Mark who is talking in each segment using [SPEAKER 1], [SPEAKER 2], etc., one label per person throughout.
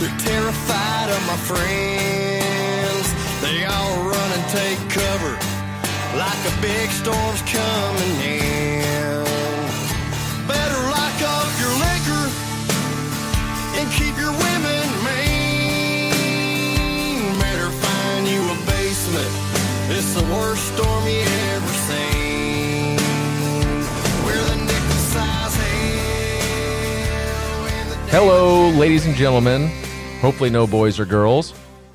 [SPEAKER 1] They're terrified of my friends. They all run and take cover like a big storm's coming in. Better lock up your liquor and keep your women mean. Better find you a basement. It's the worst storm you ever seen. We're the nickel size hell and the
[SPEAKER 2] Hello, ladies and gentlemen. Hopefully, no boys or girls.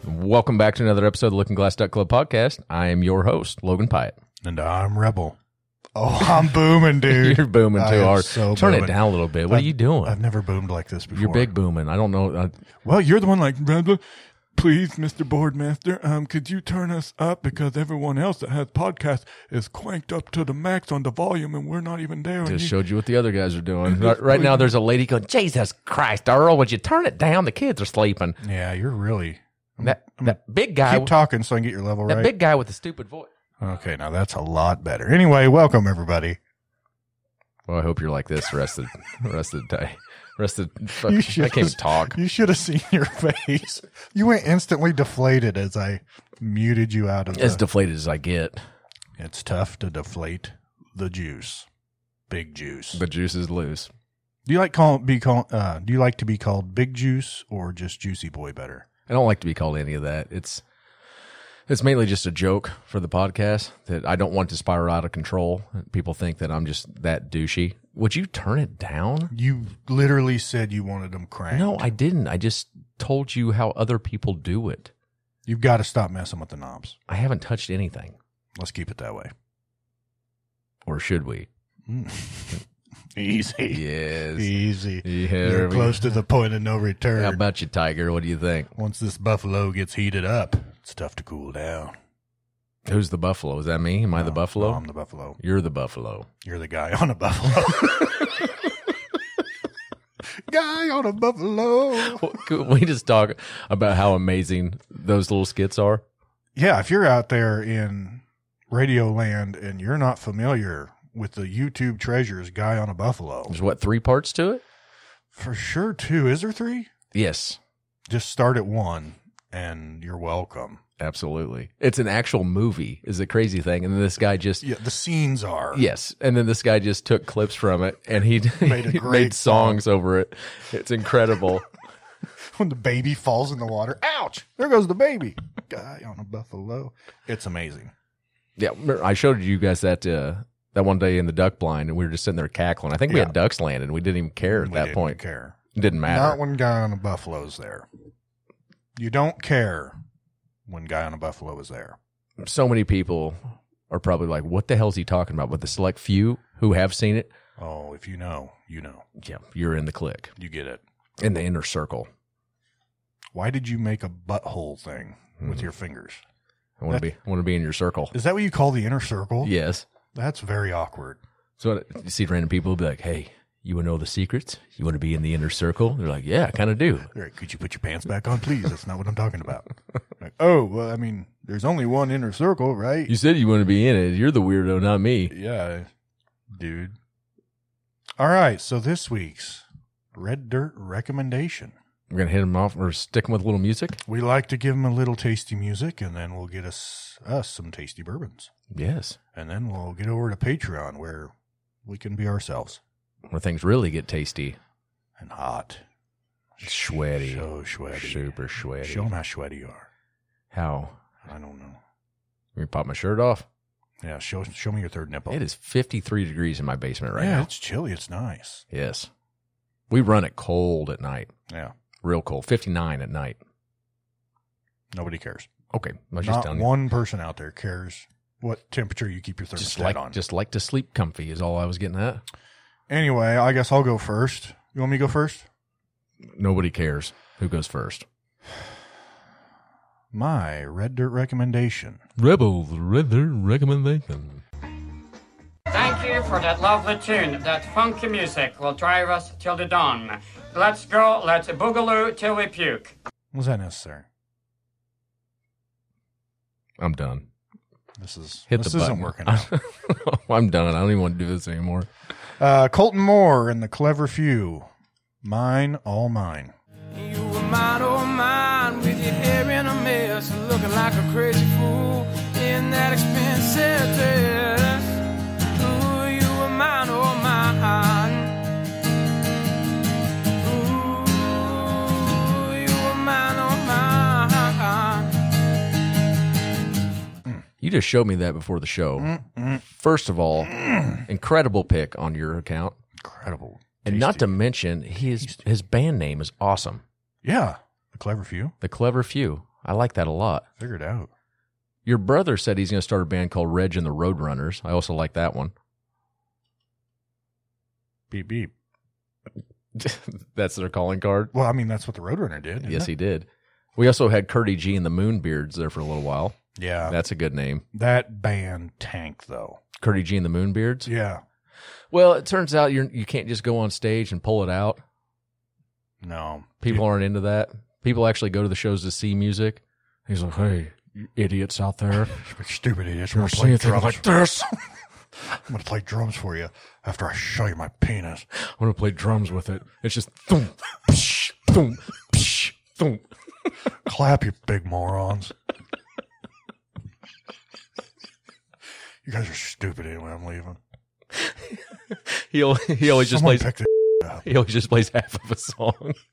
[SPEAKER 2] Welcome back to another episode of the Looking Glass Duck Club podcast. I am your host, Logan Pyatt.
[SPEAKER 3] And I'm Rebel. Oh, I'm booming, dude.
[SPEAKER 2] You're booming
[SPEAKER 3] I
[SPEAKER 2] too
[SPEAKER 3] am
[SPEAKER 2] hard.
[SPEAKER 3] so
[SPEAKER 2] Turn it
[SPEAKER 3] booming.
[SPEAKER 2] down a little bit. What are you doing?
[SPEAKER 3] I've never boomed like this before.
[SPEAKER 2] You're big booming. I don't know. I,
[SPEAKER 3] Well, you're the one like, "Rebel, please, Mr. Boardmaster, um, could you turn us up because everyone else that has podcasts is cranked up to the max on the volume and we're not even there. and
[SPEAKER 2] just
[SPEAKER 3] you-
[SPEAKER 2] showed you what the other guys are doing. Right, right now, there's a lady going, Jesus Christ, Earl, would you turn it down? The kids are sleeping.
[SPEAKER 3] yeah, you're really.
[SPEAKER 2] That, that big guy,
[SPEAKER 3] Keep talking so I can get your level
[SPEAKER 2] that
[SPEAKER 3] right.
[SPEAKER 2] big guy with the stupid voice.
[SPEAKER 3] okay, now that's a lot better. Anyway, welcome everybody.
[SPEAKER 2] Well, I hope you're like this the rest of the rest of the day. Rest of the fuck,
[SPEAKER 3] You
[SPEAKER 2] I
[SPEAKER 3] should-
[SPEAKER 2] can't even talk.
[SPEAKER 3] You should have seen your face. You went instantly deflated as I muted you out of
[SPEAKER 2] As
[SPEAKER 3] the
[SPEAKER 2] deflated as I get,
[SPEAKER 3] It's tough to deflate the juice. Big juice.
[SPEAKER 2] the juice is loose.
[SPEAKER 3] do you like call be called uh, do you like to be called big juice or just juicy boy better?
[SPEAKER 2] I don't like to be called any of that. It's it's mainly just a joke for the podcast that I don't want to spiral out of control. People think that I'm just that douchey. Would you turn it down?
[SPEAKER 3] You literally said you wanted them cranked.
[SPEAKER 2] No, I didn't. I just told you how other people do it.
[SPEAKER 3] You've got to stop messing with the knobs.
[SPEAKER 2] I haven't touched anything,
[SPEAKER 3] Let's keep it that way.
[SPEAKER 2] or should we?
[SPEAKER 3] Mm. Easy.
[SPEAKER 2] Yes.
[SPEAKER 3] Easy.
[SPEAKER 2] Yeah,
[SPEAKER 3] You're
[SPEAKER 2] we-
[SPEAKER 3] close to the point of no
[SPEAKER 2] How
[SPEAKER 3] return.
[SPEAKER 2] about you, Tiger? What do you think?
[SPEAKER 3] Once this buffalo gets heated up, it's tough to cool down.
[SPEAKER 2] Who's the buffalo? Is that me? Am I the buffalo?
[SPEAKER 3] No, Uh, I'm the buffalo.
[SPEAKER 2] You're the buffalo.
[SPEAKER 3] You're the guy on a buffalo. guy on a buffalo.
[SPEAKER 2] Could we just talk about how amazing those little skits are?
[SPEAKER 3] yeah, if you're out there in radio land and you're not familiar with the YouTube treasures guy on a buffalo,
[SPEAKER 2] There's what three parts to it?
[SPEAKER 3] for sure two. Is there three?
[SPEAKER 2] Yes,
[SPEAKER 3] Just start at one and you're welcome.
[SPEAKER 2] absolutely. It's an actual movie. Is the crazy thing, and then this guy just
[SPEAKER 3] Yeah, the scenes are.
[SPEAKER 2] yes, and then this guy just took clips from it and he made,
[SPEAKER 3] Made a
[SPEAKER 2] made
[SPEAKER 3] great
[SPEAKER 2] songs over it. It's incredible.
[SPEAKER 3] When the baby falls in the water, ouch, there goes the baby. Guy on a buffalo. It's amazing.
[SPEAKER 2] yeah, remember, I showed you guys that uh, that one day in the duck blind, and we were just sitting there cackling. I think we
[SPEAKER 3] Yeah.
[SPEAKER 2] had ducks landed. and We didn't even care at
[SPEAKER 3] We
[SPEAKER 2] that
[SPEAKER 3] didn't
[SPEAKER 2] point.
[SPEAKER 3] care.
[SPEAKER 2] Didn't matter.
[SPEAKER 3] Not when Guy on a Buffalo's there. You don't care when Guy on a Buffalo is there.
[SPEAKER 2] so many people are probably like, "What the hell's he talking about?" But the select few who have seen it,
[SPEAKER 3] Oh, if you know, you know.
[SPEAKER 2] yeah, you're in the clique,
[SPEAKER 3] You get it.
[SPEAKER 2] in the inner circle.
[SPEAKER 3] Why did you make a butthole thing
[SPEAKER 2] Hmm.
[SPEAKER 3] with your fingers?
[SPEAKER 2] I want to be, I want to be in your circle.
[SPEAKER 3] Is that what you call the inner circle?
[SPEAKER 2] Yes.
[SPEAKER 3] That's very awkward.
[SPEAKER 2] So you see random people be like, "Hey, you want to know the secrets? You want to be in the inner circle?" They're like, "Yeah, I kind of do."
[SPEAKER 3] All right, could you put your pants back on, please? That's not what I'm talking about. Like, oh, well, I mean, there's only one inner circle, right?
[SPEAKER 2] You said you want to be in it. You're the weirdo, not me.
[SPEAKER 3] yeah, dude. All right, so this week's Red Dirt recommendation.
[SPEAKER 2] We're gonna hit him off. We're sticking with a little music.
[SPEAKER 3] We like to give them a little tasty music, and then we'll get us us some tasty bourbons,
[SPEAKER 2] Yes,
[SPEAKER 3] and then we'll get over to Patreon where we can be ourselves
[SPEAKER 2] where things really get tasty,
[SPEAKER 3] and hot,
[SPEAKER 2] sweaty,
[SPEAKER 3] so sweaty,
[SPEAKER 2] super sweaty.
[SPEAKER 3] Show 'em how sweaty you are.
[SPEAKER 2] How?
[SPEAKER 3] I don't know.
[SPEAKER 2] Let me pop my shirt off.
[SPEAKER 3] Yeah, show show me your third nipple.
[SPEAKER 2] It is 53 degrees in my basement right
[SPEAKER 3] yeah,
[SPEAKER 2] now.
[SPEAKER 3] it's chilly. It's nice.
[SPEAKER 2] Yes. We run it cold at night,
[SPEAKER 3] Yeah,
[SPEAKER 2] real cold, 59 at night.
[SPEAKER 3] nobody cares.
[SPEAKER 2] Okay. I was just
[SPEAKER 3] Not
[SPEAKER 2] telling you.
[SPEAKER 3] one person out there cares what temperature you keep your thermostat
[SPEAKER 2] Just like,
[SPEAKER 3] on.
[SPEAKER 2] just like to sleep comfy is all I was getting at.
[SPEAKER 3] anyway, I guess I'll go first. You want me to go first?
[SPEAKER 2] Nobody cares who goes first.
[SPEAKER 3] my red dirt recommendation.
[SPEAKER 2] Rebel's Rather Recommendation.
[SPEAKER 4] Thank you for that lovely tune. That funky music will drive us till the dawn. Let's go, let's boogaloo till we puke.
[SPEAKER 3] Was that necessary?
[SPEAKER 2] I'm done.
[SPEAKER 3] This is
[SPEAKER 2] Hit
[SPEAKER 3] this
[SPEAKER 2] the
[SPEAKER 3] isn't
[SPEAKER 2] button.
[SPEAKER 3] working. out.
[SPEAKER 2] I'm done. I don't even want to do this anymore.
[SPEAKER 3] Uh, Colton Moore and the Clever Few. Mine, all mine.
[SPEAKER 5] You were mine, oh mine, with your hair in a mess, looking like a crazy fool in that expensive dress. Ooh, you were mine, oh mine. Ooh, you were mine, oh mine.
[SPEAKER 2] You just showed me that before the show.
[SPEAKER 3] Mm,
[SPEAKER 2] First of all, incredible pick on your account.
[SPEAKER 3] Incredible.
[SPEAKER 2] And not to mention, his his band name is awesome.
[SPEAKER 3] Yeah, the Clever Few.
[SPEAKER 2] The Clever Few. I like that a lot.
[SPEAKER 3] Figured out.
[SPEAKER 2] Your brother said he's going to start a band called Reg and the Roadrunners. I also like that one.
[SPEAKER 3] Beep beep.
[SPEAKER 2] That's their calling card.
[SPEAKER 3] Well, I mean that's what the Roadrunner did. isn't
[SPEAKER 2] Yes,
[SPEAKER 3] it?
[SPEAKER 2] he did. We also had Curdy G and the Moonbeards there for a little while.
[SPEAKER 3] Yeah.
[SPEAKER 2] That's a good name.
[SPEAKER 3] that band tanked though.
[SPEAKER 2] Curdy G and the Moonbeards.
[SPEAKER 3] Yeah.
[SPEAKER 2] Well, it turns out you're, you can't just go on stage and pull it out.
[SPEAKER 3] No.
[SPEAKER 2] People aren't into that. People actually go to the shows to see music. He's like, hey, you idiots out there.
[SPEAKER 3] Stupid, Stupid idiots.
[SPEAKER 2] You're
[SPEAKER 3] I'm gonna play
[SPEAKER 2] seeing things
[SPEAKER 3] drums.
[SPEAKER 2] like this.
[SPEAKER 3] I'm gonna play drums for you after I show you my penis.
[SPEAKER 2] I'm going to play drums with it. It's just thump, psh, thump, psh, thump.
[SPEAKER 3] Clap, you big morons. you guys are stupid anyway. I'm leaving.
[SPEAKER 2] He, al- he always just
[SPEAKER 3] Someone
[SPEAKER 2] plays.
[SPEAKER 3] picked
[SPEAKER 2] He always just plays half of a song.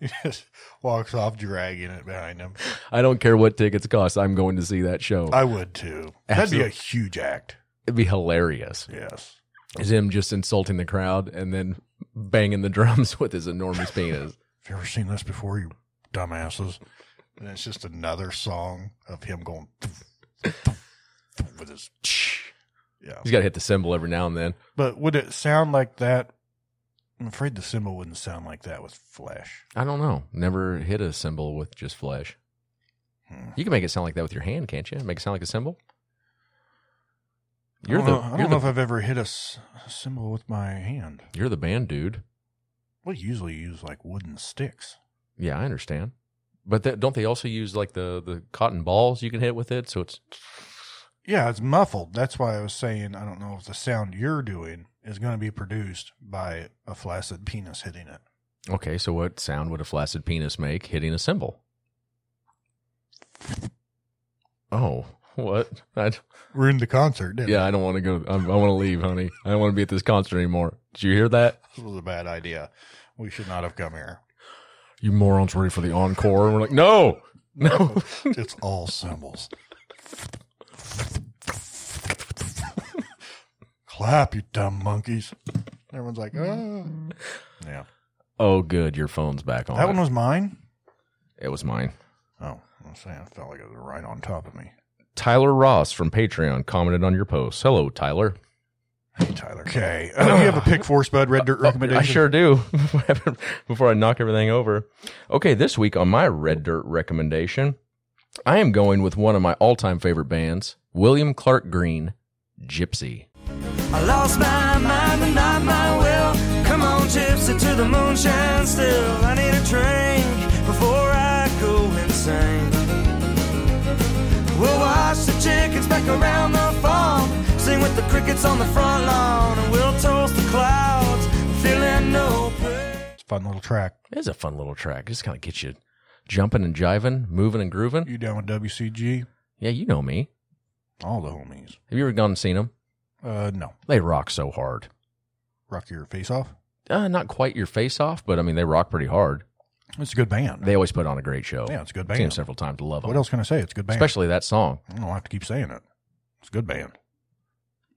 [SPEAKER 3] He just walks off dragging it behind him.
[SPEAKER 2] I don't care what tickets cost. I'm going to see that show.
[SPEAKER 3] I would too. That'd be
[SPEAKER 2] Absolutely.
[SPEAKER 3] a huge act.
[SPEAKER 2] It'd be hilarious.
[SPEAKER 3] Yes.
[SPEAKER 2] Is him just insulting the crowd and then banging the drums with his enormous penis?
[SPEAKER 3] Have you ever seen this before, you dumbasses? And it's just another song of him going thump, thump, thump with his. Yeah.
[SPEAKER 2] He's got to hit the cymbal every now and then.
[SPEAKER 3] But would it sound like that? I'm afraid the cymbal wouldn't sound like that with flesh.
[SPEAKER 2] I don't know. Never hit a cymbal with just flesh.
[SPEAKER 3] Hmm.
[SPEAKER 2] You can make it sound like that with your hand, can't you? Make it sound like a cymbal. You're
[SPEAKER 3] I
[SPEAKER 2] the
[SPEAKER 3] don't, know, I
[SPEAKER 2] you're
[SPEAKER 3] don't know if
[SPEAKER 2] the,
[SPEAKER 3] I've ever hit a s- a cymbal with my hand.
[SPEAKER 2] you're the band dude.
[SPEAKER 3] We usually use like wooden sticks.
[SPEAKER 2] Yeah, I understand. But that, don't they also use like the the cotton balls you can hit with it? So it's
[SPEAKER 3] Yeah, it's muffled. That's why I was saying I don't know if the sound you're doing is going to be produced by a flaccid penis hitting it.
[SPEAKER 2] okay. So what sound would a flaccid penis make hitting a cymbal? Oh, what? I,
[SPEAKER 3] Ruined the concert, didn't
[SPEAKER 2] yeah, I don't want to go. i I want to leave, honey. I don't want to be at this concert anymore. Did you hear that?
[SPEAKER 3] This was a bad idea. We should not have come here.
[SPEAKER 2] You morons, ready for the encore? And we're like, no, no.
[SPEAKER 3] It's all symbols. Clap, you dumb monkeys. Everyone's like, oh. Yeah.
[SPEAKER 2] Oh, good. Your phone's back on.
[SPEAKER 3] That one was mine.
[SPEAKER 2] it was mine.
[SPEAKER 3] Oh, I was saying, it felt like it was right on top of me.
[SPEAKER 2] Tyler Ross from Patreon commented on your post. Hello, Tyler.
[SPEAKER 3] Hey, Tyler. Okay. Uh, do you have a pick for us, bud? Red Dirt recommendation?
[SPEAKER 2] I sure do. Before I knock everything over. Okay, this week on my Red Dirt recommendation, I am going with one of my all time favorite bands, William Clark Green, Gypsy.
[SPEAKER 5] I lost my mind and not my will. Come on, gypsy, to the moonshine still. I need a drink before I go insane. We'll watch the chickens back around the farm. Sing with the crickets on the front lawn. And we'll toast the clouds, feeling no pain.
[SPEAKER 3] It's a fun little track.
[SPEAKER 2] It is a fun little track. Just kind of gets you jumping and jiving, moving and grooving.
[SPEAKER 3] You down with WCG?
[SPEAKER 2] Yeah, you know me.
[SPEAKER 3] All the homies.
[SPEAKER 2] Have you ever gone and seen them?
[SPEAKER 3] Uh, no.
[SPEAKER 2] They rock so hard.
[SPEAKER 3] Rock Your Face Off.
[SPEAKER 2] Uh, not quite your face off, but I mean, they rock pretty hard.
[SPEAKER 3] It's a good band.
[SPEAKER 2] They always put on a great show.
[SPEAKER 3] yeah, it's a good
[SPEAKER 2] Seen them
[SPEAKER 3] band.
[SPEAKER 2] several times. Love them.
[SPEAKER 3] What else can I say? It's a good band.
[SPEAKER 2] Especially that song.
[SPEAKER 3] I don't have to keep saying it. It's a good band.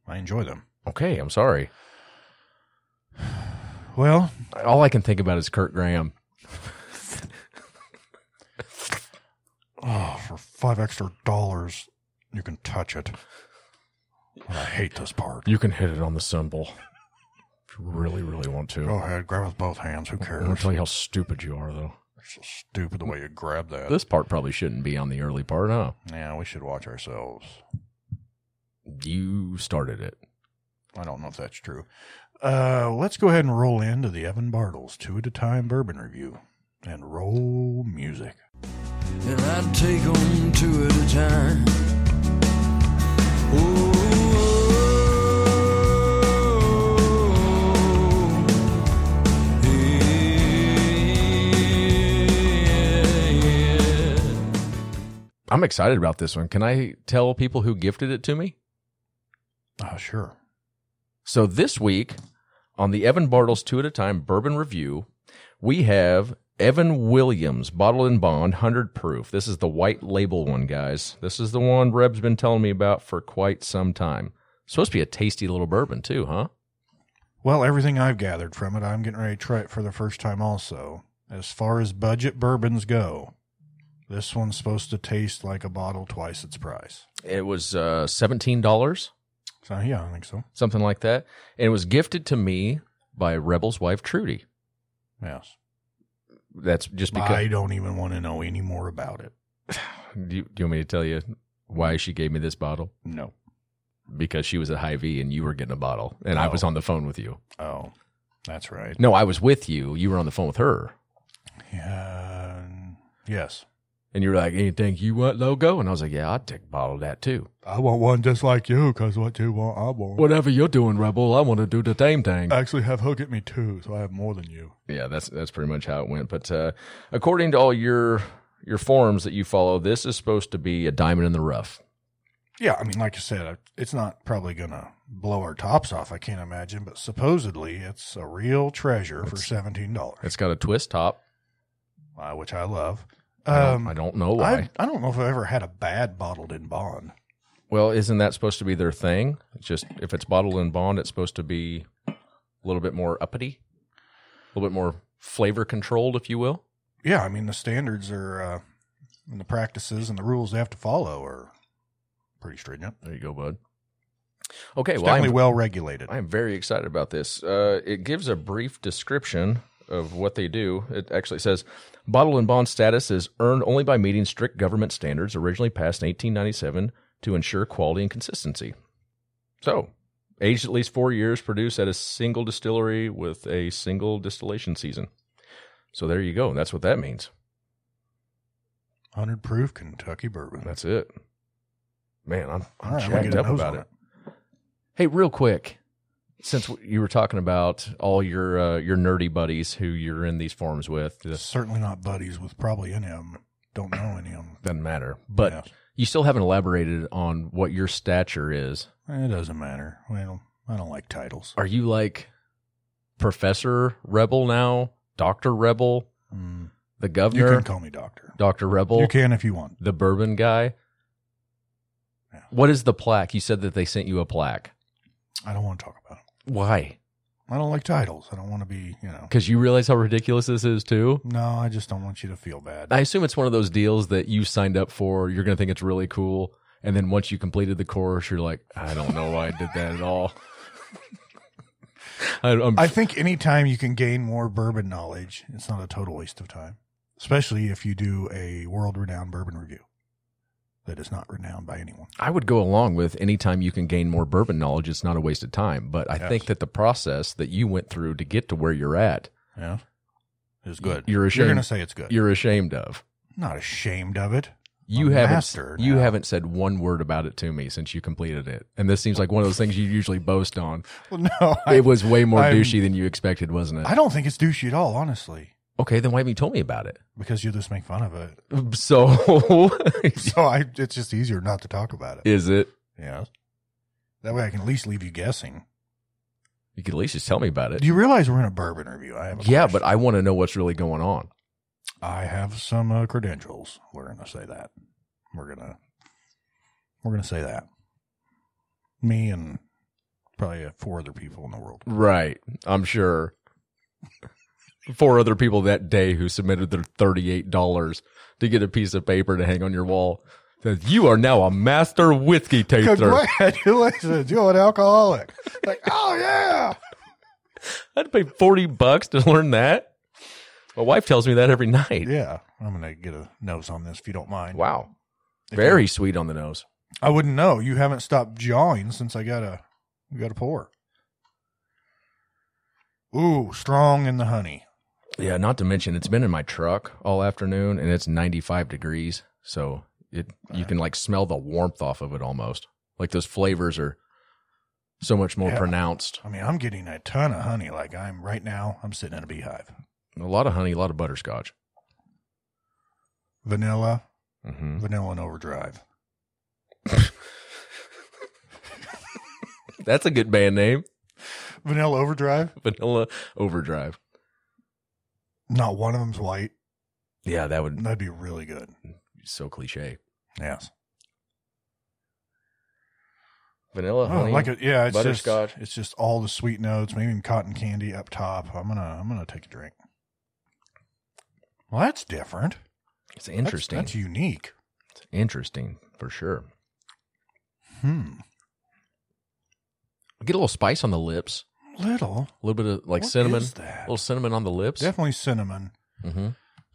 [SPEAKER 3] I enjoy them.
[SPEAKER 2] Okay, I'm sorry.
[SPEAKER 3] Well,
[SPEAKER 2] All I can think about is Kurt Graham.
[SPEAKER 3] oh, for five extra dollars, you can touch it. I hate this part.
[SPEAKER 2] You can hit it on the cymbal. If you really, really want to.
[SPEAKER 3] Oh, Go ahead, grab it with both hands. Who
[SPEAKER 2] I'm going
[SPEAKER 3] cares?
[SPEAKER 2] to tell you how stupid you are, though.
[SPEAKER 3] So stupid the way you grab that.
[SPEAKER 2] This part probably shouldn't be on the early part, huh?
[SPEAKER 3] yeah, we should watch ourselves.
[SPEAKER 2] You started it.
[SPEAKER 3] I don't know if that's true. Uh, let's go ahead and roll into the Evan Bartles two at a time bourbon review and roll music.
[SPEAKER 6] and I'd take 'em two at a time. Ooh, yeah, yeah.
[SPEAKER 2] I'm excited about this one. Can I tell people who gifted it to me?
[SPEAKER 3] Ah, sure.
[SPEAKER 2] So this week on the Evan Bartles Two at a Time Bourbon Review, we have Evan Williams Bottle and Bond 100 Proof. This is the white label one, guys. This is the one Reb's been telling me about for quite some time. Supposed to be a tasty little bourbon too, huh?
[SPEAKER 3] Well, everything I've gathered from it, I'm getting ready to try it for the first time also. As far as budget bourbons go, this one's supposed to taste like a bottle twice its price.
[SPEAKER 2] It was uh, seventeen dollars,
[SPEAKER 3] So, yeah, I think so.
[SPEAKER 2] something like that, and it was gifted to me by Rebel's wife Trudy.
[SPEAKER 3] Yes.
[SPEAKER 2] That's just because.
[SPEAKER 3] I don't even want to know any more about it.
[SPEAKER 2] Do you, do you want me to tell you why she gave me this bottle?
[SPEAKER 3] No.
[SPEAKER 2] Because she was at High V and you were getting a bottle, and I
[SPEAKER 3] Oh.
[SPEAKER 2] was on the phone with you.
[SPEAKER 3] Oh, that's right.
[SPEAKER 2] No, I was with you. You were on the phone with her,
[SPEAKER 3] Yeah. Yes.
[SPEAKER 2] and you were like, "Anything you want, logo?" And I was like, "Yeah, I'd take a bottle of that too."
[SPEAKER 3] I want one just like you, because what you want, I want.
[SPEAKER 2] Whatever you're doing, Rebel, I want to do the same thing.
[SPEAKER 3] actually have Hook at me too, so I have more than you.
[SPEAKER 2] Uh, yeah, that's that's pretty much how it went. But uh, according to all your your forums that you follow, this is supposed to be a diamond in the rough.
[SPEAKER 3] Yeah, I mean, like you said, it's not probably going to blow our tops off, I can't imagine, but supposedly it's a real treasure for $17,
[SPEAKER 2] It's got a twist top.
[SPEAKER 3] uh, which I love.
[SPEAKER 2] I don't-
[SPEAKER 3] Um,
[SPEAKER 2] I don't know why.
[SPEAKER 3] I, I don't know if I've ever had a bad bottled in bond.
[SPEAKER 2] Well, isn't that supposed to be their thing? It's just if it's bottled in bond, it's supposed to be a little bit more uppity, a little bit more flavor controlled, if you will.
[SPEAKER 3] Yeah, I mean, the standards are, uh, and the practices and the rules they have to follow are pretty stringent.
[SPEAKER 2] There you go, bud. Okay,
[SPEAKER 3] It's
[SPEAKER 2] well, I'm,
[SPEAKER 3] definitely well regulated.
[SPEAKER 2] I am very excited about this. Uh, it gives a brief description of what they do. It actually says bottle and bond status is earned only by meeting strict government standards originally passed in 1897 to ensure quality and consistency. So, aged at least four years, produced at a single distillery with a single distillation season. So there you go. That's what that means.
[SPEAKER 3] 100 proof Kentucky bourbon.
[SPEAKER 2] That's it. Man, I'm, I'm
[SPEAKER 3] All right, I'm gonna
[SPEAKER 2] jacked
[SPEAKER 3] get a
[SPEAKER 2] up
[SPEAKER 3] nose
[SPEAKER 2] about
[SPEAKER 3] on
[SPEAKER 2] it. Hey, real quick, since w- you were talking about all your uh, your nerdy buddies who you're in these forums with, this
[SPEAKER 3] Certainly not buddies with probably any of them. Don't know any of them.
[SPEAKER 2] doesn't matter. But you still haven't elaborated on what your stature is.
[SPEAKER 3] Eh, It doesn't matter. Well, I don't like titles.
[SPEAKER 2] Are you like Professor Rebel now, Doctor Rebel,
[SPEAKER 3] Mm.
[SPEAKER 2] the
[SPEAKER 3] You
[SPEAKER 2] Governor,
[SPEAKER 3] can call me doctor.
[SPEAKER 2] Doctor Rebel,
[SPEAKER 3] You can if you want.
[SPEAKER 2] the Bourbon guy?
[SPEAKER 3] Yeah.
[SPEAKER 2] What is the plaque? You said that they sent you a plaque.
[SPEAKER 3] I don't want to talk about it.
[SPEAKER 2] Why?
[SPEAKER 3] I don't like titles. I don't want to be, you know.
[SPEAKER 2] Because you realize how ridiculous this is too.
[SPEAKER 3] No, I just don't want you to feel bad.
[SPEAKER 2] I assume it's one of those deals that you signed up for. You're going to think it's really cool. And then once you completed the course, you're like, I don't know why I did that at all. I, um, I'm,
[SPEAKER 3] I think anytime you can gain more bourbon knowledge, it's not a total waste of time, especially if you do a world renowned bourbon review that is not renowned by anyone.
[SPEAKER 2] I would go along with anytime you can gain more bourbon knowledge, it's not a waste of time. But I think that the process that you went through to get to where you're at,
[SPEAKER 3] Yeah. It's good.
[SPEAKER 2] You're
[SPEAKER 3] You're
[SPEAKER 2] ashamed-
[SPEAKER 3] going to say it's good. You're
[SPEAKER 2] you're ashamed of.
[SPEAKER 3] not ashamed of it.
[SPEAKER 2] You
[SPEAKER 3] A
[SPEAKER 2] haven't
[SPEAKER 3] master
[SPEAKER 2] you
[SPEAKER 3] now.
[SPEAKER 2] haven't said one word about it to me since you completed it, and this seems like one of those things you usually boast on.
[SPEAKER 3] Well, no, I,
[SPEAKER 2] it was way more
[SPEAKER 3] I'm-
[SPEAKER 2] douchey than you expected, wasn't it?
[SPEAKER 3] I don't think it's douchey at all, honestly,
[SPEAKER 2] okay, then why haven't you told me about it?
[SPEAKER 3] because you just make fun of it.
[SPEAKER 2] So
[SPEAKER 3] So I, it's just easier not to talk about it.
[SPEAKER 2] is it?
[SPEAKER 3] Yeah. That way I can at least leave you guessing.
[SPEAKER 2] You could at least just tell me about it.
[SPEAKER 3] Do you realize we're in a bourbon review? I have. A
[SPEAKER 2] yeah,
[SPEAKER 3] question.
[SPEAKER 2] but I want to know what's really going on.
[SPEAKER 3] I have some uh, credentials. We're gonna say that. We're gonna we're gonna say that. Me and probably uh, four other people in the world.
[SPEAKER 2] Right. I'm sure. Four other people that day who submitted their $38 to get a piece of paper to hang on your wall says, You are now a master whiskey taster.
[SPEAKER 3] Congratulations, you're an alcoholic. Like, oh yeah.
[SPEAKER 2] I'd pay 40 bucks to learn that. My wife tells me that every night.
[SPEAKER 3] Yeah, I'm gonna get a nose on this if you don't mind.
[SPEAKER 2] Wow.
[SPEAKER 3] If
[SPEAKER 2] Very
[SPEAKER 3] you-
[SPEAKER 2] sweet on the nose.
[SPEAKER 3] I wouldn't know. You haven't stopped jawing since I got a we got a pour. Ooh, strong in the honey.
[SPEAKER 2] Yeah, not to mention it's been in my truck all afternoon and it's 95 degrees. So it you can like smell the warmth off of it almost. Like those flavors are so much more
[SPEAKER 3] Yeah.
[SPEAKER 2] pronounced.
[SPEAKER 3] I mean, I'm getting a ton of honey. Like I'm right now. I'm sitting in a beehive.
[SPEAKER 2] A lot of honey, a lot of butterscotch.
[SPEAKER 3] Vanilla,
[SPEAKER 2] hmm
[SPEAKER 3] vanilla and overdrive.
[SPEAKER 2] That's a good band name.
[SPEAKER 3] Vanilla overdrive.
[SPEAKER 2] Vanilla Overdrive.
[SPEAKER 3] Not one of them's white.
[SPEAKER 2] Yeah, that would be
[SPEAKER 3] That'd be really good.
[SPEAKER 2] so cliche.
[SPEAKER 3] Yes.
[SPEAKER 2] Vanilla
[SPEAKER 3] Oh,
[SPEAKER 2] honey.
[SPEAKER 3] like a, yeah, it's
[SPEAKER 2] butterscotch.
[SPEAKER 3] Just, it's just all the sweet notes, maybe even cotton candy up top. I'm gonna I'm gonna take a drink. Well, that's different.
[SPEAKER 2] it's
[SPEAKER 3] That's-
[SPEAKER 2] interesting.
[SPEAKER 3] That's, unique.
[SPEAKER 2] interesting for sure.
[SPEAKER 3] Hmm.
[SPEAKER 2] Get a little spice on the lips,
[SPEAKER 3] Little
[SPEAKER 2] a little bit of like
[SPEAKER 3] What
[SPEAKER 2] cinnamon,
[SPEAKER 3] is
[SPEAKER 2] a
[SPEAKER 3] that?
[SPEAKER 2] little cinnamon on the lips.
[SPEAKER 3] Definitely cinnamon.
[SPEAKER 2] hmm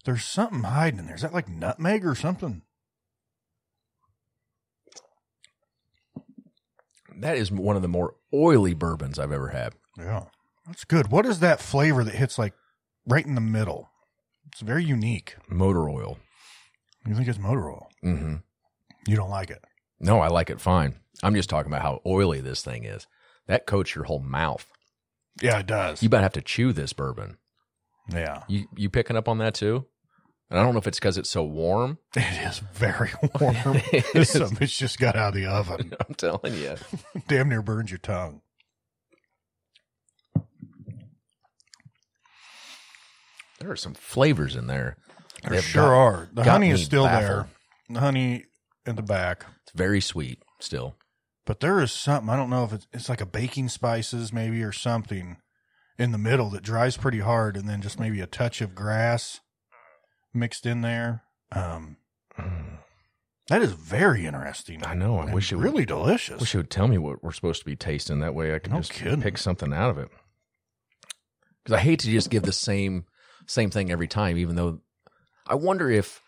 [SPEAKER 3] There's something hiding in there. Is that like nutmeg or something?
[SPEAKER 2] That is one of the more oily bourbons I've ever had.
[SPEAKER 3] Yeah. That's good. What is that flavor that hits like right in the middle? It's very unique.
[SPEAKER 2] Motor oil.
[SPEAKER 3] You think it's motor oil.
[SPEAKER 2] hmm
[SPEAKER 3] You don't like it.
[SPEAKER 2] No, I like it fine. I'm just talking about how oily this thing is. That coats your whole mouth.
[SPEAKER 3] Yeah, it does.
[SPEAKER 2] You about have to chew this bourbon.
[SPEAKER 3] yeah.
[SPEAKER 2] You you picking up on that too? And I don't know if it's because it's so warm.
[SPEAKER 3] It is very warm.
[SPEAKER 2] It
[SPEAKER 3] this
[SPEAKER 2] is.
[SPEAKER 3] some bitch just got out of the oven.
[SPEAKER 2] I'm telling you.
[SPEAKER 3] Damn near burns your tongue.
[SPEAKER 2] There are some flavors in there.
[SPEAKER 3] There
[SPEAKER 2] They've
[SPEAKER 3] sure
[SPEAKER 2] got-
[SPEAKER 3] are. The
[SPEAKER 2] got
[SPEAKER 3] honey
[SPEAKER 2] me
[SPEAKER 3] is still
[SPEAKER 2] baffled.
[SPEAKER 3] there. The honey in the back.
[SPEAKER 2] It's very sweet still.
[SPEAKER 3] But there is something, I don't know if it's, it's like a baking spices maybe or something in the middle that dries pretty hard and then just maybe a touch of grass mixed in there. Um, that is very interesting.
[SPEAKER 2] Mm. I know. I
[SPEAKER 3] And
[SPEAKER 2] wish it would-
[SPEAKER 3] really delicious.
[SPEAKER 2] Wish it would tell me what we're supposed to be tasting. That way I could
[SPEAKER 3] No
[SPEAKER 2] just
[SPEAKER 3] kidding.
[SPEAKER 2] pick something out of it. Because I hate to just give the same same thing every time, even though I wonder if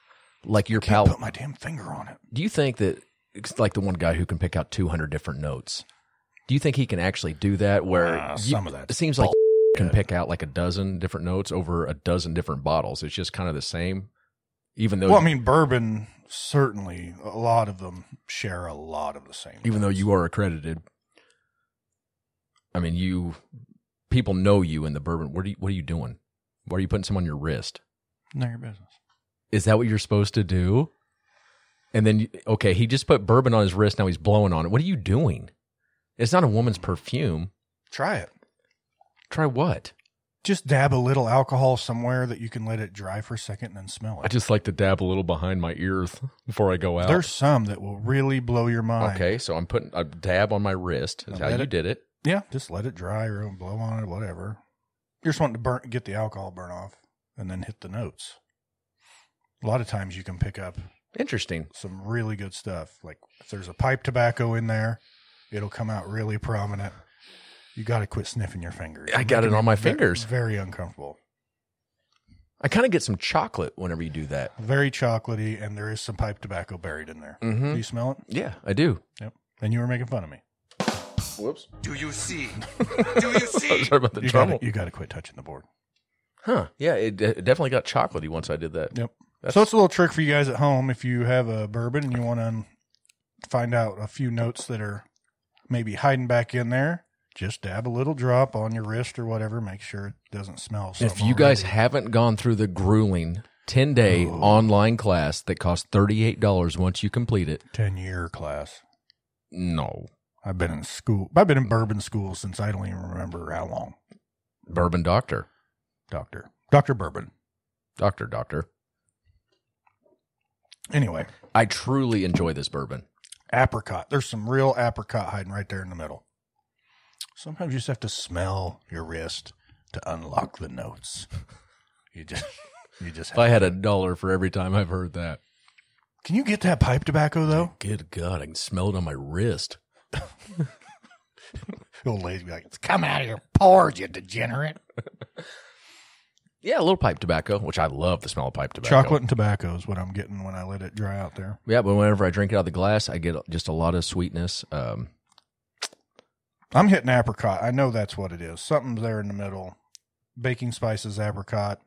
[SPEAKER 2] like your
[SPEAKER 3] Can't
[SPEAKER 2] palate
[SPEAKER 3] put my damn finger on it.
[SPEAKER 2] do you think that it's like the one guy who can pick out two hundred different notes? Do you think he can actually do that where
[SPEAKER 3] Uh,
[SPEAKER 2] you-
[SPEAKER 3] some of that
[SPEAKER 2] it seems like can pick out like a dozen different notes over a dozen different bottles. It's just kind of the same. Even though
[SPEAKER 3] Well, I mean, bourbon certainly a lot of them share a lot of the same.
[SPEAKER 2] even though
[SPEAKER 3] notes.
[SPEAKER 2] you are accredited. I mean, you people know you in the bourbon. What are you, what are you doing? What are you putting some on your wrist?
[SPEAKER 3] None of your business.
[SPEAKER 2] Is that what you're supposed to do? And then, you- okay, he just put bourbon on his wrist. Now he's blowing on it. What are you doing? It's not a woman's perfume.
[SPEAKER 3] Try it.
[SPEAKER 2] Try what?
[SPEAKER 3] Just dab a little alcohol somewhere that you can let it dry for a second and then smell
[SPEAKER 2] I
[SPEAKER 3] it.
[SPEAKER 2] just like to dab a little behind my ears before I go out.
[SPEAKER 3] There's some that will really blow your mind.
[SPEAKER 2] okay, so I'm putting a dab on my wrist. That's
[SPEAKER 3] I
[SPEAKER 2] how
[SPEAKER 3] bet
[SPEAKER 2] you
[SPEAKER 3] it-
[SPEAKER 2] did it.
[SPEAKER 3] Yeah, just let it dry or blow on it, whatever. You're just wanting to burn, get the alcohol burn off, and then hit the notes. A lot of times you can pick up
[SPEAKER 2] Interesting.
[SPEAKER 3] some really good stuff. Like if there's a pipe tobacco in there, it'll come out really prominent. You got to quit sniffing your fingers.
[SPEAKER 2] I got it on my fingers.
[SPEAKER 3] Very, very uncomfortable.
[SPEAKER 2] I kind of get some chocolate whenever you do that.
[SPEAKER 3] Very chocolatey, and there is some pipe tobacco buried in there.
[SPEAKER 2] Mhm.
[SPEAKER 3] Do you smell it?
[SPEAKER 2] Yeah, I do.
[SPEAKER 3] Yep. And you were making fun of me.
[SPEAKER 7] Do you see? Do you see?
[SPEAKER 2] Sorry about the
[SPEAKER 3] You
[SPEAKER 2] trouble.
[SPEAKER 3] got you got to quit touching the board.
[SPEAKER 2] Huh? Yeah, it, it definitely got chocolatey once I did that.
[SPEAKER 3] Yep.
[SPEAKER 2] That's-
[SPEAKER 3] so it's a little trick for you guys at home if you have a bourbon and you want to find out a few notes that are maybe hiding back in there. Just dab a little drop on your wrist or whatever. Make sure it doesn't smell.
[SPEAKER 2] If
[SPEAKER 3] something
[SPEAKER 2] you guys
[SPEAKER 3] already.
[SPEAKER 2] haven't gone through the grueling ten day online class that costs thirty eight dollars once you complete it,
[SPEAKER 3] ten year class,
[SPEAKER 2] no
[SPEAKER 3] I've been in school. I've been in bourbon school since I don't even remember how long.
[SPEAKER 2] bourbon doctor,
[SPEAKER 3] Doctor, Doctor Bourbon.
[SPEAKER 2] doctor, doctor.
[SPEAKER 3] Anyway,
[SPEAKER 2] I truly enjoy this bourbon.
[SPEAKER 3] apricot. There's some real apricot hiding right there in the middle. Sometimes you just have to smell your wrist to unlock the notes. You just, you just.
[SPEAKER 2] If I had a dollar for every time I've heard that,
[SPEAKER 3] Can you get that pipe tobacco though?
[SPEAKER 2] good God, I can smell it on my wrist.
[SPEAKER 3] The old lady be like, "It's coming out of your pores, you degenerate."
[SPEAKER 2] Yeah, a little pipe tobacco, which I love the smell of pipe tobacco.
[SPEAKER 3] Chocolate and tobacco is what I'm getting when I let it dry out there.
[SPEAKER 2] Yeah, but whenever I drink it out of the glass, I get just a lot of sweetness. Um,
[SPEAKER 3] I'm hitting apricot. I know that's what it is. Something's there in the middle. Baking spices, apricot.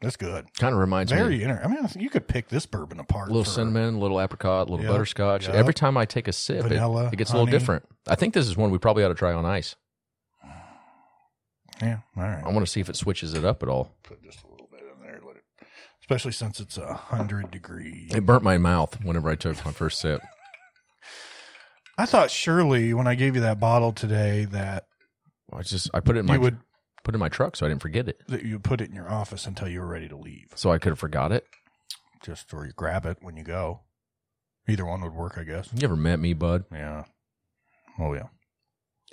[SPEAKER 3] That's good.
[SPEAKER 2] kind of reminds me
[SPEAKER 3] Very interesting. I mean, I think you could pick this bourbon apart.
[SPEAKER 2] a little
[SPEAKER 3] for-
[SPEAKER 2] cinnamon, a little apricot, a little
[SPEAKER 3] Yep,
[SPEAKER 2] butterscotch.
[SPEAKER 3] yep.
[SPEAKER 2] Every time I take a sip, it-
[SPEAKER 3] Vanilla,
[SPEAKER 2] it, gets a
[SPEAKER 3] honey.
[SPEAKER 2] little different. I think this is one we probably ought to try on ice.
[SPEAKER 3] Yeah. All right.
[SPEAKER 2] I want to see if it switches it up at all.
[SPEAKER 3] put just a little bit in there. Let it, especially since it's a hundred degrees.
[SPEAKER 2] It burnt my mouth whenever I took my first sip.
[SPEAKER 3] I thought surely when I gave you that bottle today that
[SPEAKER 2] I just I put it in my
[SPEAKER 3] you would
[SPEAKER 2] put it in my truck so I didn't forget it.
[SPEAKER 3] that you would put it in your office until you were ready to leave,
[SPEAKER 2] So I could have forgot it.
[SPEAKER 3] just or you grab it when you go. Either one would work, I guess.
[SPEAKER 2] You ever met me, bud?
[SPEAKER 3] Yeah. Oh yeah.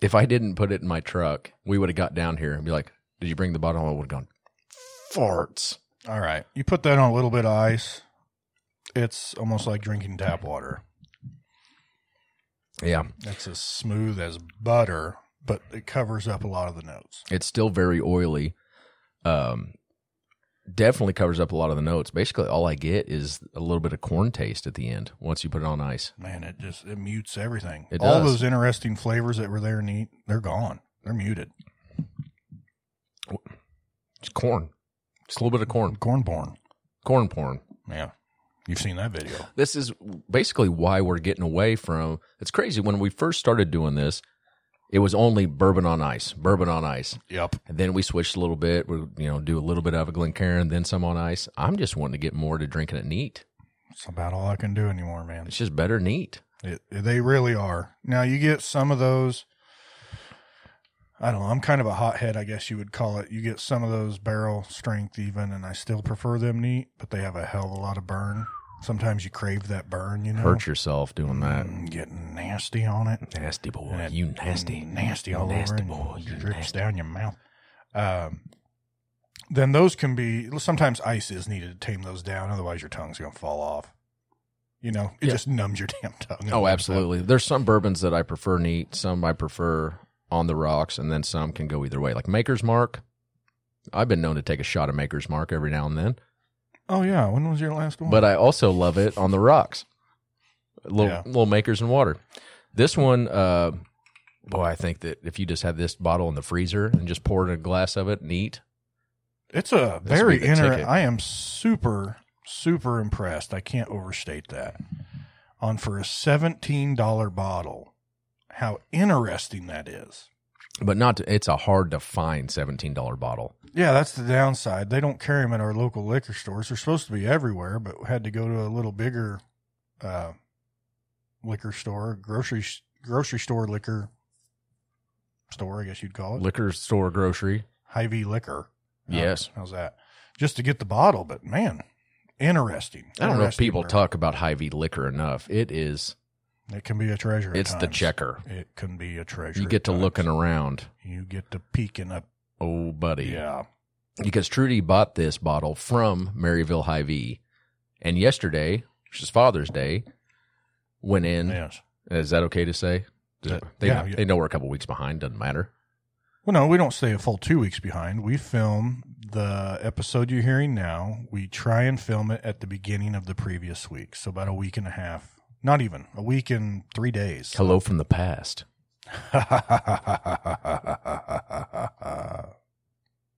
[SPEAKER 2] If I didn't put it in my truck, we would have got down here and be like, "Did you bring the bottle?" I would have gone farts.
[SPEAKER 3] All right. You put that on a little bit of ice. It's almost like drinking tap water.
[SPEAKER 2] Yeah,
[SPEAKER 3] It's as smooth as butter, but it covers up a lot of the notes.
[SPEAKER 2] it's still very oily. Um, definitely covers up a lot of the notes. Basically, all I get is a little bit of corn taste at the end once you put it on ice.
[SPEAKER 3] Man, it just it mutes everything.
[SPEAKER 2] It
[SPEAKER 3] All
[SPEAKER 2] does.
[SPEAKER 3] those interesting flavors that were there neat, they're gone. They're muted.
[SPEAKER 2] It's corn, just a little bit of corn,
[SPEAKER 3] Corn porn.
[SPEAKER 2] corn porn.
[SPEAKER 3] Yeah. You've seen that video.
[SPEAKER 2] This is basically why we're getting away from. It's crazy when we first started doing this. It was only bourbon on ice, bourbon on ice.
[SPEAKER 3] Yep.
[SPEAKER 2] And then we switched a little bit. We, you know, do a little bit of a Glencairn, then some on ice. I'm just wanting to get more to drinking it neat.
[SPEAKER 3] It's about all I can do anymore, man.
[SPEAKER 2] It's just better neat.
[SPEAKER 3] It, they really are. Now you get some of those. I don't know. I'm kind of a hothead, I guess you would call it. You get some of those barrel strength even, and I still prefer them neat, but they have a hell of a lot of burn. Sometimes you crave that burn, you know.
[SPEAKER 2] Hurt yourself doing that.
[SPEAKER 3] Mm, Getting nasty on it.
[SPEAKER 2] Nasty boy,
[SPEAKER 3] And it-
[SPEAKER 2] you nasty,
[SPEAKER 3] nasty all
[SPEAKER 2] nasty
[SPEAKER 3] over,
[SPEAKER 2] boy,
[SPEAKER 3] and
[SPEAKER 2] you
[SPEAKER 3] it drips
[SPEAKER 2] nasty.
[SPEAKER 3] down your mouth. Um, then those can be sometimes ice is needed to tame those down. Otherwise, your tongue's gonna fall off. You know, it
[SPEAKER 2] Yeah.
[SPEAKER 3] just numbs your damn tongue.
[SPEAKER 2] Oh, absolutely. There's some bourbons that I prefer neat, some I prefer on the rocks, and then some can go either way. Like Maker's Mark. I've been known to take a shot of Maker's Mark every now and then,
[SPEAKER 3] Oh yeah. When was your last one?
[SPEAKER 2] but uh, I also love it on the rocks. Little
[SPEAKER 3] Yeah.
[SPEAKER 2] little Makers and water. This one, uh, boy, I think that if you just had this bottle in the freezer and just poured a glass of it neat,
[SPEAKER 3] it's a
[SPEAKER 2] This would
[SPEAKER 3] very
[SPEAKER 2] be the
[SPEAKER 3] inner.
[SPEAKER 2] ticket.
[SPEAKER 3] I am super super impressed. I can't overstate that. On for a seventeen dollar bottle. How interesting that is.
[SPEAKER 2] but not to, it's a hard to find seventeen dollar bottle.
[SPEAKER 3] Yeah, that's the downside. They don't carry them at our local liquor stores. They're supposed to be everywhere, but had to go to a little bigger uh, liquor store, grocery s- grocery store liquor store, I guess you'd call it.
[SPEAKER 2] Liquor store grocery.
[SPEAKER 3] Hy-Vee liquor.
[SPEAKER 2] Yes.
[SPEAKER 3] How's that? Just to get the bottle, but man, interesting.
[SPEAKER 2] I don't know if
[SPEAKER 3] Interesting
[SPEAKER 2] people
[SPEAKER 3] bourbon.
[SPEAKER 2] talk about Hy-Vee liquor enough. It is
[SPEAKER 3] It can be a treasure. at
[SPEAKER 2] it's the
[SPEAKER 3] times.
[SPEAKER 2] checker.
[SPEAKER 3] It can be a treasure.
[SPEAKER 2] You
[SPEAKER 3] at
[SPEAKER 2] get to
[SPEAKER 3] times.
[SPEAKER 2] looking around.
[SPEAKER 3] You get to peeking up.
[SPEAKER 2] Oh, buddy.
[SPEAKER 3] Yeah.
[SPEAKER 2] Because Trudy bought this bottle from Maryville Hy-Vee. And yesterday, which is Father's Day, went in.
[SPEAKER 3] Yes.
[SPEAKER 2] Is that okay to say? Does-
[SPEAKER 3] That-
[SPEAKER 2] they,
[SPEAKER 3] yeah,
[SPEAKER 2] know,
[SPEAKER 3] yeah.
[SPEAKER 2] they know we're a couple weeks behind. Doesn't matter.
[SPEAKER 3] Well, no, we don't stay a full two weeks behind. We film the episode you're hearing now. We try and film it at the beginning of the previous week. So about a week and a half. Not even a week and three days.
[SPEAKER 2] Hello from the past.
[SPEAKER 3] yeah.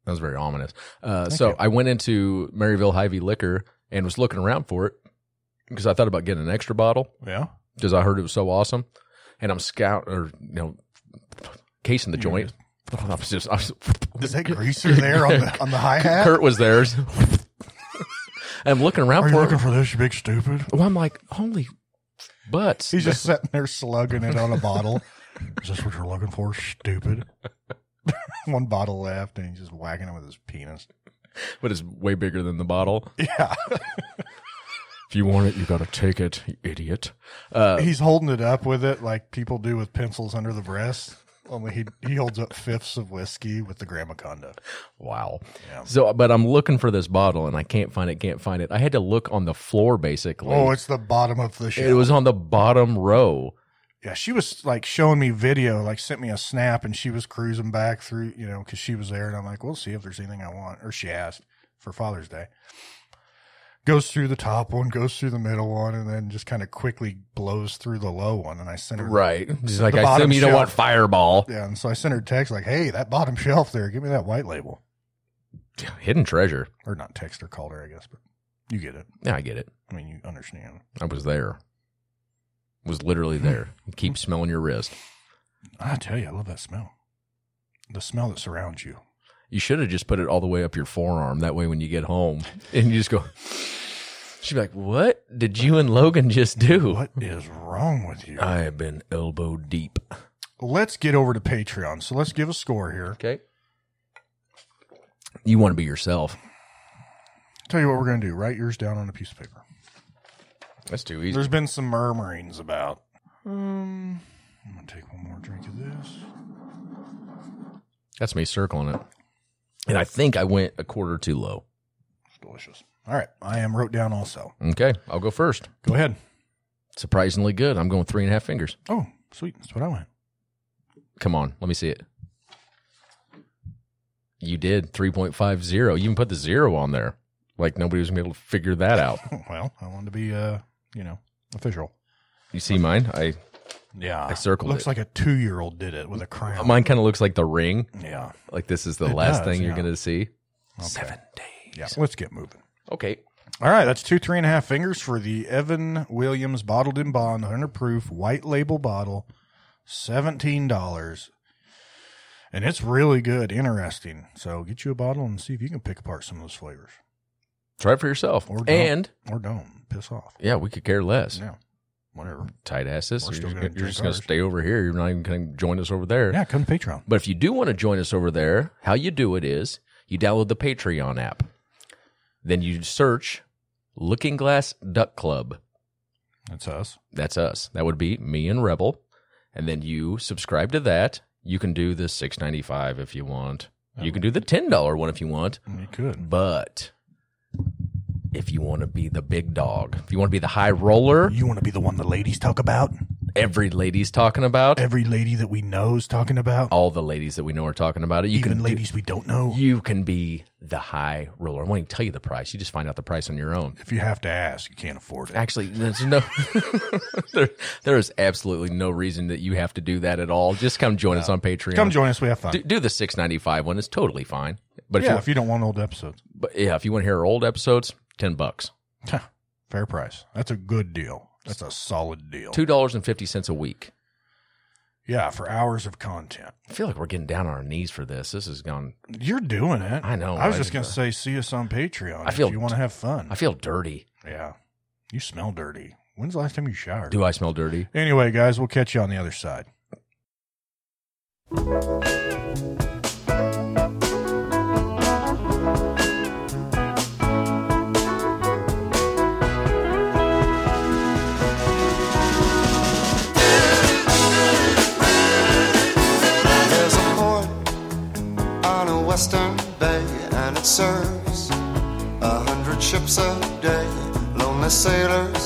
[SPEAKER 2] That was very ominous. Uh,
[SPEAKER 3] Thank
[SPEAKER 2] so
[SPEAKER 3] you.
[SPEAKER 2] I went into Maryville Hy-Vee Liquor and was looking around for it because I thought about getting an extra bottle. because I heard it was so awesome. And I'm scout or you know casing the joint. I was just, I was,
[SPEAKER 3] Is that greaser there on the on the hi hat?
[SPEAKER 2] Kurt was theirs. I'm looking around
[SPEAKER 3] Are you
[SPEAKER 2] for
[SPEAKER 3] looking
[SPEAKER 2] it.
[SPEAKER 3] for this, you big stupid?
[SPEAKER 2] Well, I'm like, holy butts.
[SPEAKER 3] He's just sitting there slugging it on a bottle. Is this what you're looking for, stupid? One bottle left, and he's just whacking it with his penis.
[SPEAKER 2] but it's way bigger than the bottle.
[SPEAKER 3] Yeah.
[SPEAKER 2] If you want it, you got to take it, you idiot. Uh,
[SPEAKER 3] he's holding it up with it like people do with pencils under the breast. Only he he holds up fifths of whiskey with the grandma conduct.
[SPEAKER 2] wow. So, but I'm looking for this bottle and I can't find it, can't find it. I had to look on the floor basically.
[SPEAKER 3] Oh, it's the bottom of the shelf.
[SPEAKER 2] it was on the bottom row.
[SPEAKER 3] yeah, she was like showing me video, like sent me a snap, and she was cruising back through, you know, because she was there, and I'm like, we'll see if there's anything I want. Or she asked, for Father's Day. Goes through the top one, goes through the middle one, and then just kind of quickly blows through the low one. And I sent her
[SPEAKER 2] Right. She's like, I
[SPEAKER 3] The
[SPEAKER 2] assume
[SPEAKER 3] bottom
[SPEAKER 2] you don't want
[SPEAKER 3] shelf.
[SPEAKER 2] Fireball.
[SPEAKER 3] Yeah, and so I sent her a text like, "Hey, that bottom shelf there, give me that white label."
[SPEAKER 2] Hidden treasure.
[SPEAKER 3] Or not text her, called her, I guess, but you get it.
[SPEAKER 2] Yeah, I get it.
[SPEAKER 3] I mean, you understand.
[SPEAKER 2] I was there. Was literally there. You keep smelling your wrist.
[SPEAKER 3] I tell you, I love that smell. The smell that surrounds you.
[SPEAKER 2] You should have just put it all the way up your forearm. That way, when you get home, and you just go, she'd be like, "What did you and Logan just do?"
[SPEAKER 3] What is wrong with you?
[SPEAKER 2] I have been elbow deep.
[SPEAKER 3] let's get over to Patreon. So let's give a score here.
[SPEAKER 2] Okay. You want to be yourself.
[SPEAKER 3] Tell you what we're going to do. Write yours down on a piece of paper.
[SPEAKER 2] That's too easy.
[SPEAKER 3] There's been some murmurings about. Um, I'm going to take one more drink of this.
[SPEAKER 2] That's me circling it. And I think I went a quarter too low.
[SPEAKER 3] It's delicious. All right. I am wrote down also.
[SPEAKER 2] Okay, I'll go first.
[SPEAKER 3] Go ahead.
[SPEAKER 2] Surprisingly good. I'm going three and a half fingers.
[SPEAKER 3] Oh, sweet. That's what I went.
[SPEAKER 2] Come on, let me see it. You did 3.50. You even put the zero on there. Like nobody was going to be able to figure that out.
[SPEAKER 3] Well, I wanted to be, uh, you know, official.
[SPEAKER 2] You see mine? I
[SPEAKER 3] Yeah.
[SPEAKER 2] I circled
[SPEAKER 3] Looks
[SPEAKER 2] it.
[SPEAKER 3] like a two year old did it with a crown.
[SPEAKER 2] mine kind of looks like the ring.
[SPEAKER 3] yeah.
[SPEAKER 2] Like this is the
[SPEAKER 3] It
[SPEAKER 2] last
[SPEAKER 3] does,
[SPEAKER 2] thing you're
[SPEAKER 3] yeah.
[SPEAKER 2] going to see.
[SPEAKER 3] Okay.
[SPEAKER 2] Seven days.
[SPEAKER 3] Yeah. Let's get moving.
[SPEAKER 2] Okay.
[SPEAKER 3] All right, that's two three and a half fingers for the Evan Williams bottled in bond, 100 proof white label bottle, seventeen dollars, and it's really good, interesting. So get you a bottle and see if you can pick apart some of those flavors,
[SPEAKER 2] Try it for yourself.
[SPEAKER 3] Or don't.
[SPEAKER 2] And
[SPEAKER 3] or don't piss off.
[SPEAKER 2] yeah, we could care less.
[SPEAKER 3] Yeah, whatever.
[SPEAKER 2] Tight asses.
[SPEAKER 3] We're
[SPEAKER 2] You're,
[SPEAKER 3] still
[SPEAKER 2] just
[SPEAKER 3] gonna
[SPEAKER 2] gonna- you're just
[SPEAKER 3] drink
[SPEAKER 2] going
[SPEAKER 3] ours.
[SPEAKER 2] to stay over here. You're not even going to join us over there.
[SPEAKER 3] Yeah, come to Patreon.
[SPEAKER 2] But if you do want to join us over there, how you do it is you download the Patreon app. Then you search Looking Glass Duck Club.
[SPEAKER 3] That's us.
[SPEAKER 2] That's us. That would be me and Rebel. And then you subscribe to that. You can do the six ninety five if you want. You can do the ten dollar one if you want.
[SPEAKER 3] You could.
[SPEAKER 2] But if you want to be the big dog, if you want to be the high roller,
[SPEAKER 3] You want to be the one the ladies talk about?
[SPEAKER 2] every lady's talking about,
[SPEAKER 3] Every lady that we know is talking about.
[SPEAKER 2] all the ladies that we know are talking about it. You
[SPEAKER 3] Even
[SPEAKER 2] can do-
[SPEAKER 3] ladies we don't know.
[SPEAKER 2] you can be the high roller. I won't even tell you the price. You just find out the price on your own.
[SPEAKER 3] if you have to ask, you can't afford it.
[SPEAKER 2] Actually, there's no, there, there is absolutely no reason that you have to do that at all. Just come join us on Patreon.
[SPEAKER 3] Come join us. We have fun.
[SPEAKER 2] Do, do the six ninety five one. It's totally fine. But
[SPEAKER 3] yeah,
[SPEAKER 2] if
[SPEAKER 3] if
[SPEAKER 2] you,
[SPEAKER 3] you don't want old episodes.
[SPEAKER 2] but yeah, if you want to hear our old episodes, ten bucks,
[SPEAKER 3] Huh, Fair price. That's a good deal. That's a solid deal.
[SPEAKER 2] two dollars and fifty cents a week.
[SPEAKER 3] Yeah, for hours of content.
[SPEAKER 2] I feel like we're getting down on our knees for this. This has gone.
[SPEAKER 3] You're doing it.
[SPEAKER 2] I know,
[SPEAKER 3] I was
[SPEAKER 2] I
[SPEAKER 3] just
[SPEAKER 2] did
[SPEAKER 3] gonna say, see us on Patreon.
[SPEAKER 2] I feel-
[SPEAKER 3] if you want to have fun.
[SPEAKER 2] I feel dirty.
[SPEAKER 3] yeah. You smell dirty. When's the last time you showered?
[SPEAKER 2] Do I smell dirty?
[SPEAKER 3] Anyway, guys, we'll catch you on the other side.
[SPEAKER 1] There's a port on a western bay, and it serves a hundred ships a day. Lonely sailors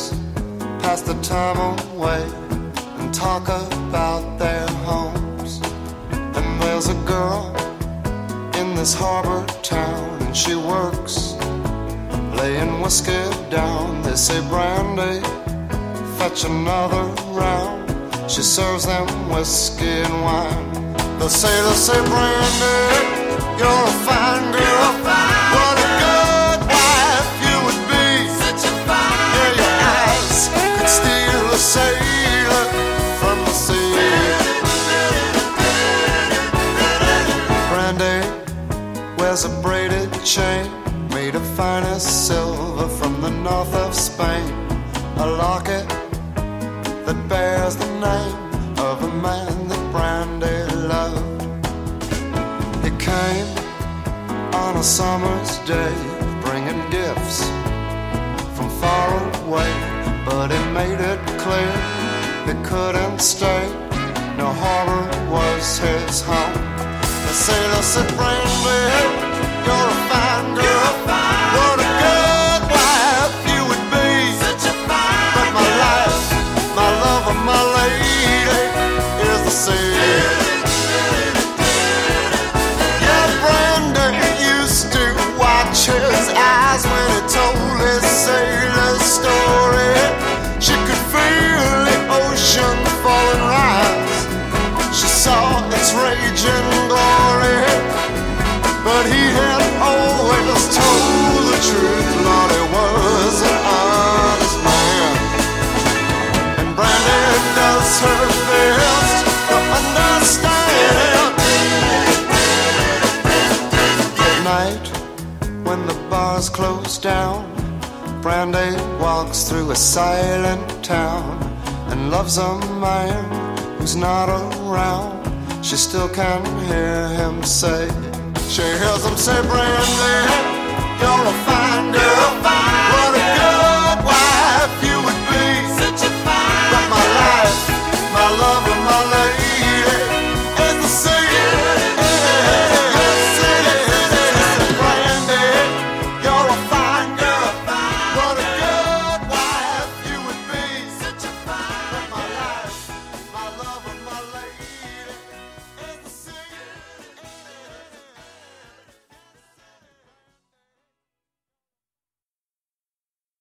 [SPEAKER 1] pass the time away and talk about their homes. And there's a girl in this harbor town, and she works laying whiskey down. They say brandy, fetch another round. She serves them whiskey and wine. The sailors say, Brandy, you're a fine girl. What a good wife you would be. Such a fine Yeah, your eyes could steal a sailor from the sea. Brandy wears a braided chain made of finest silver from the north of Spain. A locket that bears the name of a man that Brandy loved. He came on a summer's day, bringing gifts from far away, but he made it clear he couldn't stay. No harbor was his home. The sailor said, Brandy, you're a fine girl. What a good wife you would be. Such a fine But my life, my love, and my lady is the sea. Yeah, Brandon used to watch his windows down. Brandy walks through a silent town and loves a man who's not around. She still can hear him say, She hears him say, Brandy, you're a fine girl. What a girl.